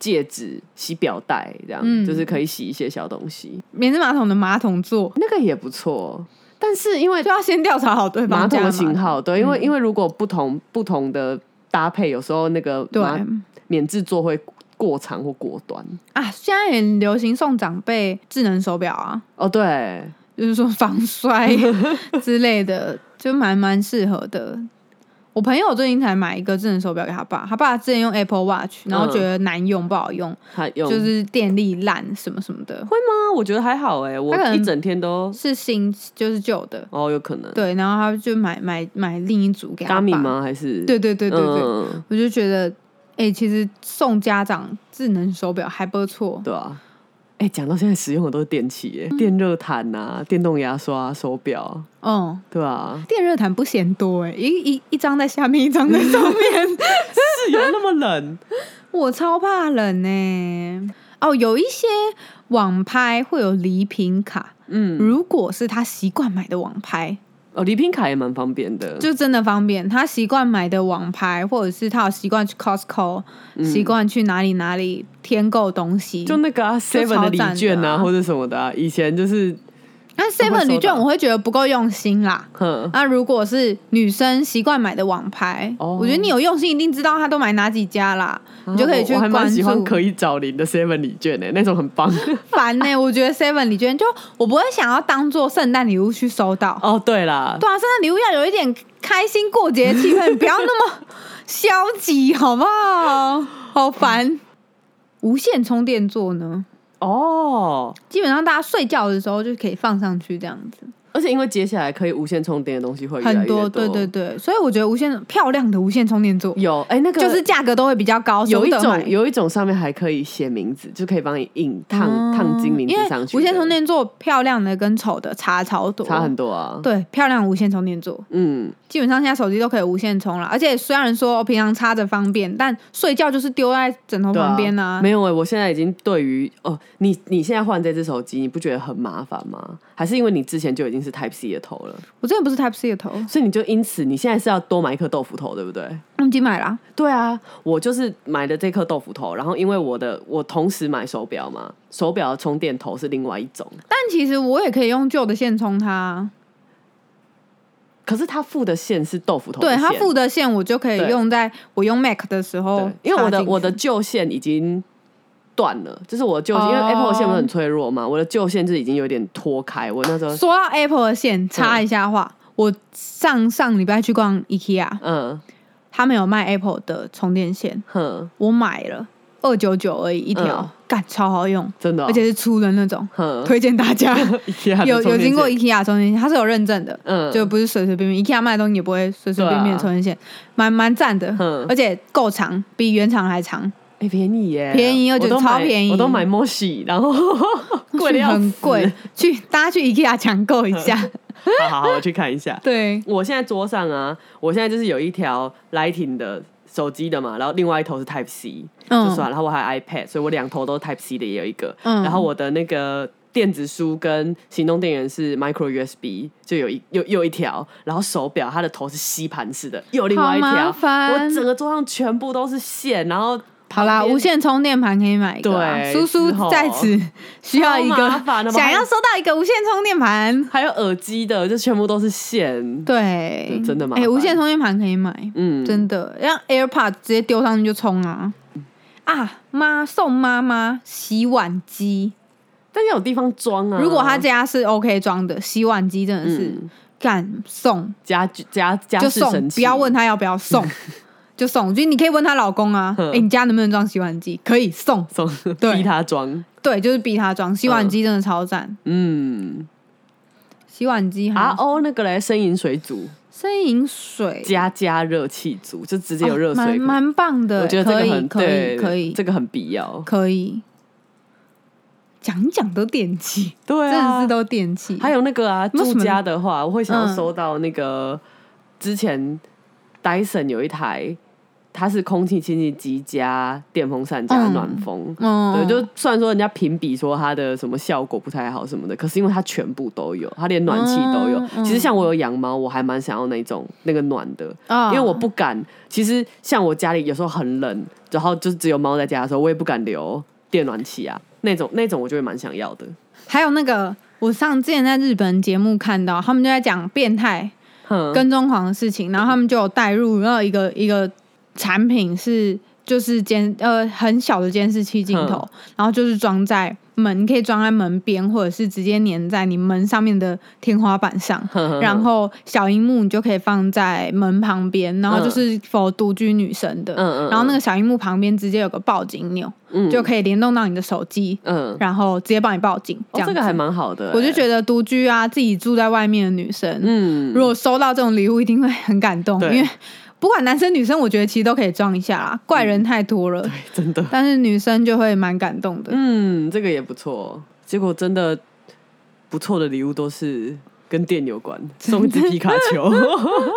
戒指、洗表带，这样、
嗯
就是可以洗一些小东西，
免治马桶的马桶座
那个也不错。但是因为
就要先调查好对
马
方
桶
家
的
的
型
马
号，对，因为、因为如果不同不同的搭配，有时候那个
对
马免治座会过长或过短。
啊，现在很流行送长辈智能手表啊，
哦，对，
就是说防摔 之类的，就蛮蛮适合的。我朋友最近才买一个智能手表给他爸，他爸之前用 Apple Watch，然后
嗯
觉得难用不好用，
他用
就是电力烂什么什么的，
会吗？我觉得还好哎、我
他可能
一整天都
是新就是旧的，
哦，有可能。
对，然后他就买买买另一组给他爸。
Gami 吗？还是
对对对对对，
嗯
我就觉得，哎、哎、其实送家长智能手表还不错，
对啊。哎、讲到现在使用的都是电器耶，电热毯啊、电动牙刷啊、手表啊，
嗯。，
对啊
电热毯不嫌多哎、一一一张在下面，一张在上面，
是有那么冷？
我超怕冷呢、哦，有一些网拍会有礼品卡，
嗯，
如果是他习惯买的网拍，
哦，礼品卡也蛮方便的，
就真的方便。他习惯买的网拍，或者是他有习惯去 Costco，习惯、去哪里哪里添购东西。
就那个啊
嗯就
seven
超
的礼
赞的
券啊，
啊
或者什么的、啊，以前就是，
那
收
Seven
到
旅券我会嗯觉得不够用心啦。
哼，
那如果是女生习惯买的网拍，
哦
我觉得你有用心，一定知道她都买哪几家啦，你就可以去
我我还蛮
关
喜欢
注。
可以找零的 seven 礼券诶、那种很 棒。
烦呢、我觉得 Seven 礼券就我不会想要当做圣诞礼物去收到。
哦，对啦，
对啊，圣诞礼物要有一点开心过节的气氛，不要那么消极，好不好？好烦。无线充电座呢，
哦，
基本上大家睡觉的时候就可以放上去，这样子
而且因为接下来可以无线充电的东西会越来越
很多。
多
对对对，所以我觉得无线漂亮的无线充电座，
有哎、那个
就是价格都会比较高，
有一
舍不得买
种有一种上面还可以写名字，就可以帮你印烫、
嗯
烫金名字
因为
上去
无
的。
线充电座漂亮的跟丑的差超多，
差很多啊。
对，漂亮无线充电座，
嗯，
基本上现在手机都可以无线充了，而且虽然说平常插着方便，但睡觉就是丢在枕头
对啊
旁边啊。
没有哎、我现在已经对于哦，你你现在换这只手机，你不觉得很麻烦吗？还是因为你之前就已经是 Type C 的头了，
我真的不是 Type C 的头，
所以你就因此你现在是要多买一颗豆腐头，对不对？
我已经买了啊、
对啊，我就是买了这颗豆腐头，然后因为我的我同时买手表嘛，手表的充电头是另外一种，
但其实我也可以用旧的线充它啊，
可是它附的线是豆腐头的
对
线，
它附的线我就可以
对
用在我用 Mac 的时候
对，，哦因为我
插
的
进去
我的旧线已经断了，就是我旧线，因为
哦
Apple 的线不是很脆弱嘛，我的旧线就已经有点脱开。我那 时候，
说到 Apple 的线，插一下话，我上上礼拜去逛 IKEA，
嗯
他们有卖 Apple 的充电线，
哼，
我买了二九九而已一条
嗯，
干、超好用，
真的哦、
而且是粗的那种，
哼，
推荐大家。
IKEA 的
有
充
有
电
经过
线
IKEA 充电线，它是有认证的，
嗯
就不是随随便便 IKEA 卖的东西也不会随随便
对
便
啊
充电线，蛮蛮赞的
嗯，
而且够长，比原厂还长，
哎、便宜耶，
便宜我觉得
我都买
超便宜
我都买 Moshi，然 后贵的
去
要
很
死 嗯
贵。，去大家去 IKEA 抢购一下，
好好好，我去看一下。
对，
我现在桌上啊，我现在就是有一条 Lighting 的手机的嘛，然后另外一头是 Type C，
嗯
就算了，然后我还有 iPad，所以我两头都 Type C 的也有一个，
嗯
然后我的那个。电子书跟行动电源是 micro USB，就有一又又一条，然后手表它的头是吸盘式的，又有另外一
好麻
条。
烦
我整个桌上全部都是线，然后
好啦，
旁边
无线充电盘可以买一个啊，
对
叔
是吼
叔在此 需要一
超
个
麻烦的，吧
想要收到一个无线充电盘，
还有耳机的，就全部都是线。
对
对，真的麻
哎，
烦
无线充电盘可以买，
嗯，
真的，让 AirPod 直接丢上去就充啊啊！妈送妈妈洗碗机，
但要有地方装啊。
如果他家是 OK 装的，洗碗机真的是
嗯
干、送
家具家家
就
事神
送，
器，
不要问他要不 要送，就送。就你可以问她老公啊，哎、
嗯
你家能不能装洗碗机？可以送，
送，
对
逼他装。
对，就是逼他装洗碗机，真的超赞。
嗯
洗碗机还有
，RO 那个嘞，生饮水煮
生饮水，
加加热气煮，就直接有热
哦蛮
水壶。
蛮、棒的，
我觉得这
可
个
以
很
可以
对，
可以
这个很必要。
可以，讲一讲都电器。
对
真的
啊
是，都电器。
还有那个啊，
有什
住
么
家的话，我会想要
嗯
收到那个之前 Dyson 有一台，它是空气清净机加电风扇加
嗯
暖风。
嗯，
对，就虽然说人家评比说它的什么效果不太好什么的，可是因为它全部都有，它连暖气都有。
嗯嗯
其实像我有养猫，我还蛮想要那种那个暖的，
啊
因为我不敢。其实像我家里有时候很冷，然后就是只有猫在家的时候，我也不敢留电暖气啊，那种那种我就会蛮想要的。
还有那个，我上之前在日本节目看到，他们就在讲变态
哼，
跟踪狂的事情，然后他们就有带入到一个一个产品是。就是监呃很小的监视器镜头，
嗯
然后就是装在门，你可以装在门边，或者是直接粘在你门上面的天花板上。
哼哼
然后小荧幕你就可以放在门旁边，然后就是否独居女生的。
嗯嗯嗯
然后那个小荧幕旁边直接有个报警钮，
嗯
就可以联动到你的手机，
嗯，
然后直接帮你报警。
哦
这样、
这个还，蛮好的欸、
我就觉得独居啊，自己住在外面的女生，
嗯，
如果收到这种礼物，一定会很感动，
对嗯
因为不管男生女生，我觉得其实都可以装一下啦。怪人太多了，
真的，
但是女生就会蛮感动的。
嗯，这个也不错。结果真的不错的礼物都是跟电有关，送一只皮卡 丘。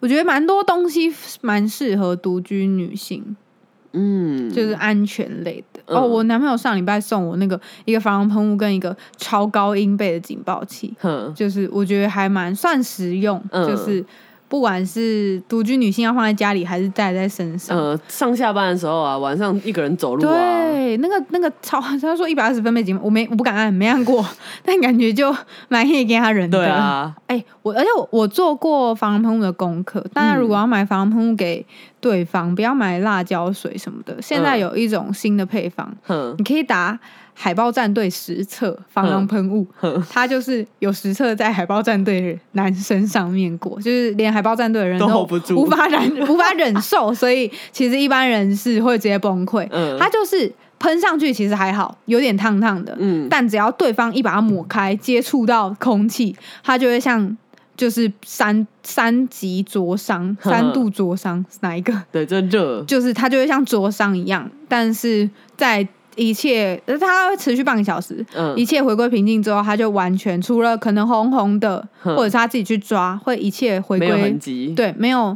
我觉得蛮多东西蛮适合独居女性，
嗯，
就是安全类的。哦，
嗯
我男朋友上礼拜送我那个一个防狼喷雾跟一个超高音贝的警报器，
哼，
就是我觉得还蛮算实用，
嗯
就是不管是独居女性要放在家里，还是带在身上。
呃，上下班的时候啊，晚上一个人走路啊，
对，那个那个超，他说一百二十分贝几，我没我不敢按， 没按过，但感觉就蛮可以给他人的。
对，啊，
哎、我而且我我做过防狼喷雾的功课，大家
嗯
如果要买防狼喷雾给对方，不要买辣椒水什么的。现在
嗯
有一种新的配方，
哼，
你可以打海豹战队实测防狼喷雾，
嗯
它就是有实测在海豹战队的男生上面过，就是连海豹战队的人
都 hold 不住
无法 忍无法忍受，所以其实一般人是会直接崩溃。
嗯
它就是喷上去其实还好，有点烫烫的，
嗯
但只要对方一把它抹开，接触到空气，它就会像。就是三三级灼伤，
呵
三度灼伤，哪一个？
对，这热，
就是它就会像灼伤一样，但是在一切，呃它会持续半个小时，
嗯
一切回归平静之后，它就完全除了可能红红的，
嗯
或者是他自己去抓，会一切回
没有
归
痕，迹，
对，没有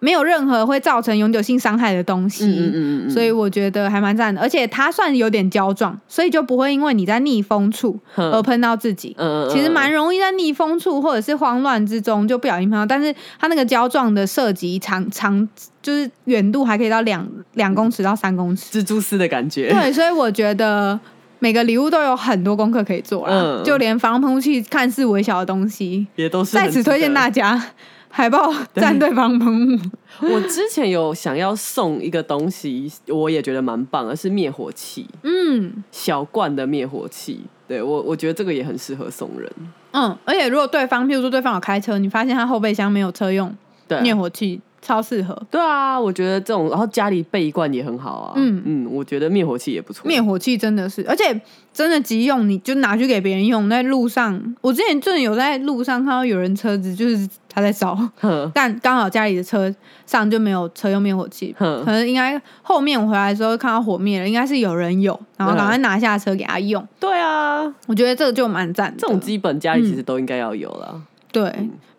没有任何会造成永久性伤害的东
嗯，
西。
嗯嗯嗯嗯，
所以我觉得还蛮赞的，而且它算有点胶状，所以就不会因为你在逆风处
嗯
而喷到自己。
嗯，嗯
呃其实蛮
嗯
容易在逆风处或者是慌乱之中就不小心碰到，但是它那个胶状的射击长长就是远度还可以到两两公尺到 三公尺。
蜘蛛丝的感觉，
对，所以我觉得每个礼物都有很多功课可以做啦，
嗯
就连防狼喷雾器看似微小的东西，
也都是很
在此推荐
值得
大家海报战队防狼喷雾。
我之前有想要送一个东西，我也觉得蛮棒的，是灭火器，
嗯
小罐的灭火器。对我，我觉得这个也很适合送人。
嗯，而且如果对方，譬如说对方有开车，你发现他后备箱没有车用
对啊，
灭火器，超适合。
对啊，我觉得这种，然后家里备一罐也很好啊。
嗯
嗯，我觉得灭火器也不错。
灭火器真的是，而且真的急用，你就拿去给别人用。在路上，我之前真的有在路上看到有人车子就是他在烧，
哼
但刚好家里的车上就没有车用灭火器，
哼
可能应该后面我回来的时候看到火灭了，应该是有人有，然后赶快拿下车给他用。
对啊，
我觉得这个就蛮赞的，
这种基本家里
嗯
其实都应该要有啦。
对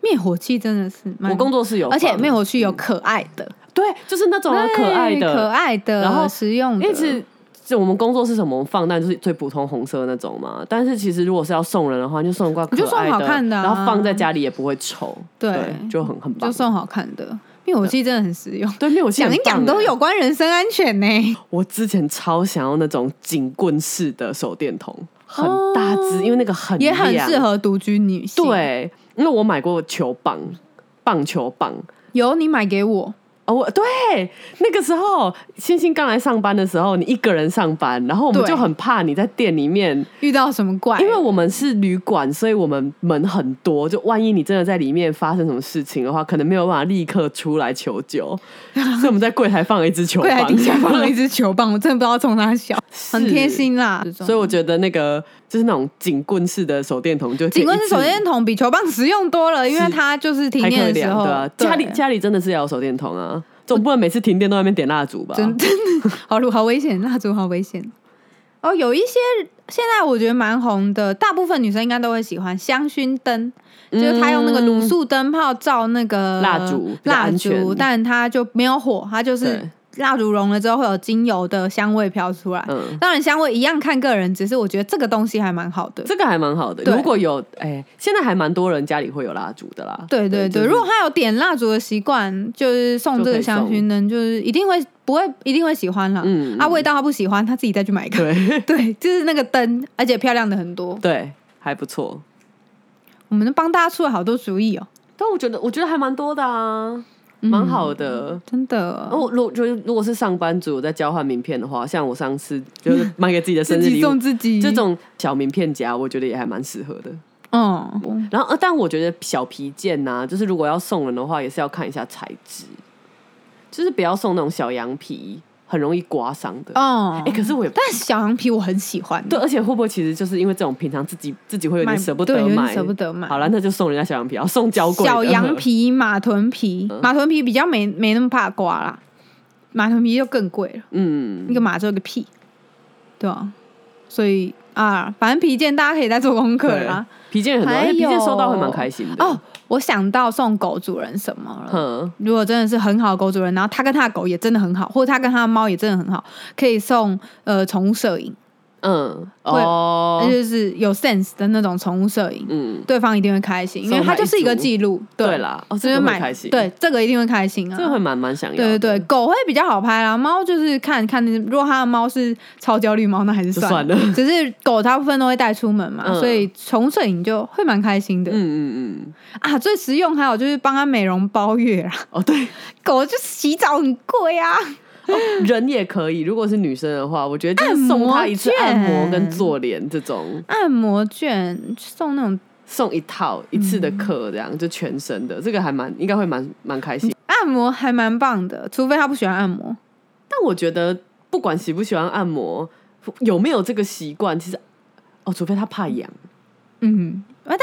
灭火器真的是蛮，
我工作室有放，
而且灭火器有可爱的，
对，就是那种啊
对
可爱的，
可爱的，
然后
实用的，
因为其实就我们工作是什么，我们放蛋就是最普通红色的那种嘛。但是其实如果是要送人的话，你就送一罐可
你就送
爱
好看的啊
然后放在家里也不会丑，
对
就很很棒。
就送好看的灭火器真的很实用。
对，没有
讲一讲都。
我记得很棒
有
欸
关人身安全呢、
我之前超想要那种警棍式的手电筒，很大只，
哦
因为那个很
也很
亮
适。合独居女性。，
对，因为我买过球棒，棒球棒。
有你买给我，
哦，我对那个时候，星星刚来上班的时候，你一个人上班，然后我们
对
就很怕你在店里面
遇到什么怪？
因为我们是旅馆，所以我们门很多，就万一你真的在里面发生什么事情的话，可能没有办法立刻出来求 救，所以我们在柜台放了一支球
柜台
棒，
底下放 了一只球棒，我真的不知道从哪小，
是
很贴。心啦。
所以我觉得那个就是那种警棍式的手电筒就，
警棍式手电筒比球棒实用多了，因为
是
它就是停
还可
电
以
的时
量
候，
对啊，家里
对
家里真的是要有手电筒啊，总不能每次停电都在那边点蜡烛吧？
真真的 好路好危险，蜡烛好危险。哦，有一些现在我觉得蛮红的，大部分女生应该都会喜欢香薰灯，就是它用那个卤素灯泡照那个
嗯蜡烛比较
蜡
安
烛，
全
但它就没有火，它就是
对
蜡烛融了之后会有精油的香味飘出来。
嗯，
当然香味一样看个人，只是我觉得这个东西还蛮好的。
这个还蛮好的。
对
如果有哎、现在还蛮多人家里会有蜡烛的啦。
对对
就
对，
是
如果他有点蜡烛的习惯，就是送这个香薰灯，就是一定会不会一定会喜欢啦。
嗯
啊，味道他不喜欢，他自己再去买一个。
对
对，就是那个灯，而且漂亮的很多。
对，还不错。
我们帮大家出了好多主意哦，
但我觉得，我觉得还蛮多的啊，
嗯
蛮好的。
真的。
然后，如果就是如果是上班族在交换名片的话，像我上次就是买给自己的生
自
日
己
礼物
送，自己
这，种小名片夹，我觉得也还蛮适合的。
嗯，
然后，呃但我觉得小皮件呐、就是如果要送人的话，也是要看一下材质，就是不要送那种小羊皮很容易刮伤的。哎、
哦，
可是我也不
但小羊皮我很喜欢，
对，而且会不会其实就是因为这种平常自己自己会有
买，
点舍不
对
得
有点
买，
舍不得买。
好了，那就送人家小羊皮，要送娇贵的
小羊，皮、马臀皮，
嗯
马臀皮比较没没那么怕刮啦，马臀皮就更贵了，
嗯
一，个马只有个屁，对啊，所以啊，反正皮件大家可以再做功课
对
啦。，
皮件很多，而
还
且
有
皮件收到会蛮开心的。
啊哎哦，我想到送狗主人什么了。
哼，
如果真的是很好的狗主人，然后他跟他的狗也真的很好，或者他跟他的猫也真的很好，可以送呃宠物摄影，
嗯，
会那、
哦，
就是有 sense 的那种宠物摄影，
嗯，
对方一定会开心，因为
送他
它就是一个记录。
对
对，
啦，哦，
就
这
是
个会
买
开心，，
对这个一定会开心啊，
这个会蛮蛮想要
对
的，
对对，狗会比较好拍啦，猫就是看看，如果它的猫是超焦虑猫，那还是
就
算
算了， 嗯
只是狗大部分都会带出门嘛，
嗯
所以宠物摄影就会蛮开心的、
嗯嗯，
啊。最实用还有就是帮它美容包月啦，
哦对，
狗就洗澡很贵啊，
人也可以，如果是女生的话，我觉得就
按
是送
摩
她一次
券
按摩跟做脸这种，
按摩券送那种
送一套一次的课，这
嗯
样就全身的，这个还蛮应该会蛮蛮开心。
按摩还蛮棒的，除非它不喜欢按摩。
但我觉得不管喜不喜欢按摩，有没有这个习惯，其实哦，除非他怕痒，
嗯，啊，但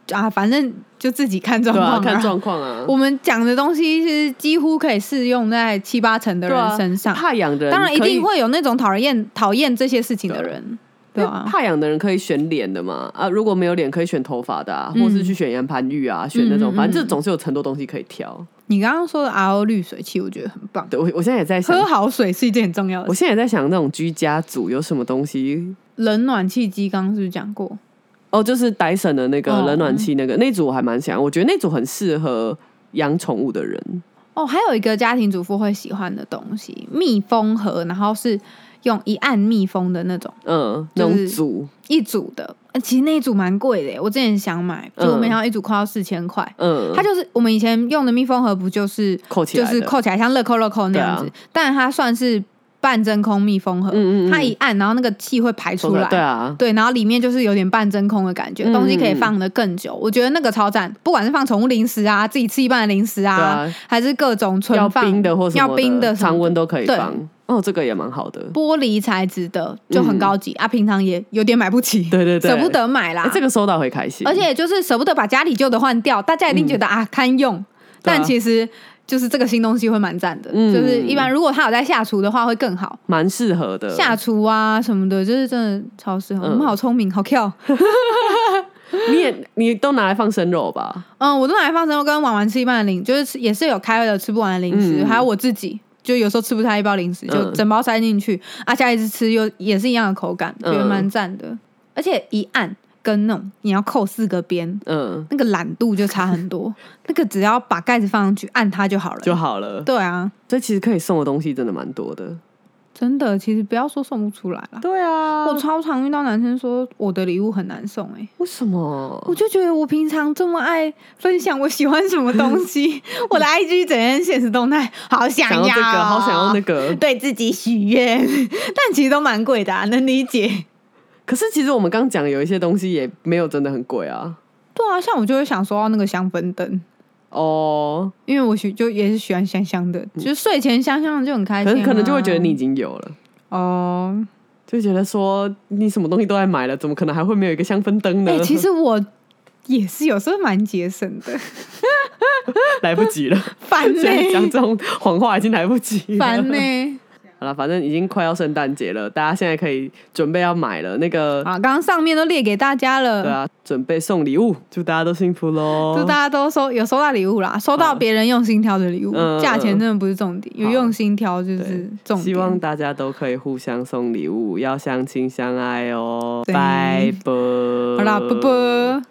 是啊，反正就自己 看状
对
况、
啊，看。状况啊。
我们讲的东西是几乎可以适用在七八成的
对啊
人身上，
怕痒的人
当然一
可以
定会有那种讨厌讨厌这些事情的人，对
因为
啊，
怕痒的人可以选脸的嘛，啊，如果没有脸可以选头发的、啊，
嗯
或是去选岩盘浴啊，选那种，
嗯嗯
反正这总是有很多东西可以挑。
你刚刚说的 RO 滤水器，我觉得很棒。
对我，我现在也在想
喝，好水是一件很重要的
我
事。
现在也在想那种居家组有什么东西。
冷暖气机刚刚是不是讲过？
哦，就是戴森的那个
哦
冷暖气那个、那组我还蛮想，我觉得那组很适合养宠物的人。
哦，还有一个家庭主妇会喜欢的东西，密封盒，然后是用一按密封的那种，
嗯，那种
就是
组，
一组的。呃其实那一组蛮贵的耶，我之前想买，
嗯
就没想到一组快要四千块。
嗯，
它就是我们以前用的密封盒，不就是
扣起来
就
的
是扣起来像乐扣乐扣那样子
对，啊
但它算是半真空密封盒，
嗯嗯嗯
它一按，然后那个气会排
说
出
的
来，
对啊，
对，然后里面就是有点半真空的感觉，
嗯
东西可以放的更久。我觉得那个超赞，不管是放宠物零食啊，自己吃一半的零食啊，
对啊
还是各种存
要
放
冰的或什么
要冰的什么
常温都可以
对
放。哦，这个也蛮好的。
玻璃材质的，就很高级、啊，平常也有点买不起，
嗯对对对
舍不得买啦。
哎，这个收到会开心，
啊而且就是舍不得把家里旧的换掉，大家一定觉得、啊堪用，
嗯对啊
但其实。就是这个新东西会蛮赞的，
嗯
就是一般如果它有在下厨的话会更好，
蛮适合的。
下厨啊什么的，就是真的超适合。
嗯
我们好聪明，好跳。
你也你都拿来放生肉吧？
嗯，我都拿来放生肉跟婉婉吃一半的零，就是吃也是有开了吃不完的零食，
嗯
还有我自己，就有时候吃不下一包零食，就
嗯
整包塞进去，啊，下一次吃又也是一样的口感，觉
嗯
得蛮赞的。而且一按跟那种你要扣四个边，
嗯，
那个懒度就差 很多，那个只要把盖子放上去按它就好了。
就好了。
对啊，
所以其实可以送的东西真的蛮多的。
真的，其实不要说送不出来啦。
对啊
我超常遇到男生说我的礼物很难送、欸，
为什
我
么？
就觉得我平常这么爱分享我喜欢什么东 西，我的 IG 整天现实动态好想
想
要
要这个，好想要那
个，
个。
对自己许愿， 但其实都蛮贵的、啊，能理解。
可是其实我们刚讲有一些东西也没有真的很贵啊。
对啊，像我就会想收到那个香氛灯，
哦，
因为我喜就也是喜欢香香的，就是睡前香香的就很开
嗯可
心啊、
能可能就会觉得你已经有了。
哦，
就觉得说你什么东西都爱买了，怎么可能还会没有一个香氛灯呢？
哎、其实我也是有时候蛮节省的，
来不及了，
烦呢、
现在讲这种谎话已经来不及了。
烦呢、
好了，反正已经快要圣诞节了，大家现在可以准备要买了。那个，
啊，刚刚上面都列给大家了，
对啊，准备送礼物，祝大家都幸福喽！
祝大家都收有收到礼物啦，收到别人用心挑的礼物
嗯，
价、钱真的不是重点，有用心挑就是重点。
希望大家都可以互相送礼物，要相亲相爱哦。
对
拜拜。
好啦，啵啵。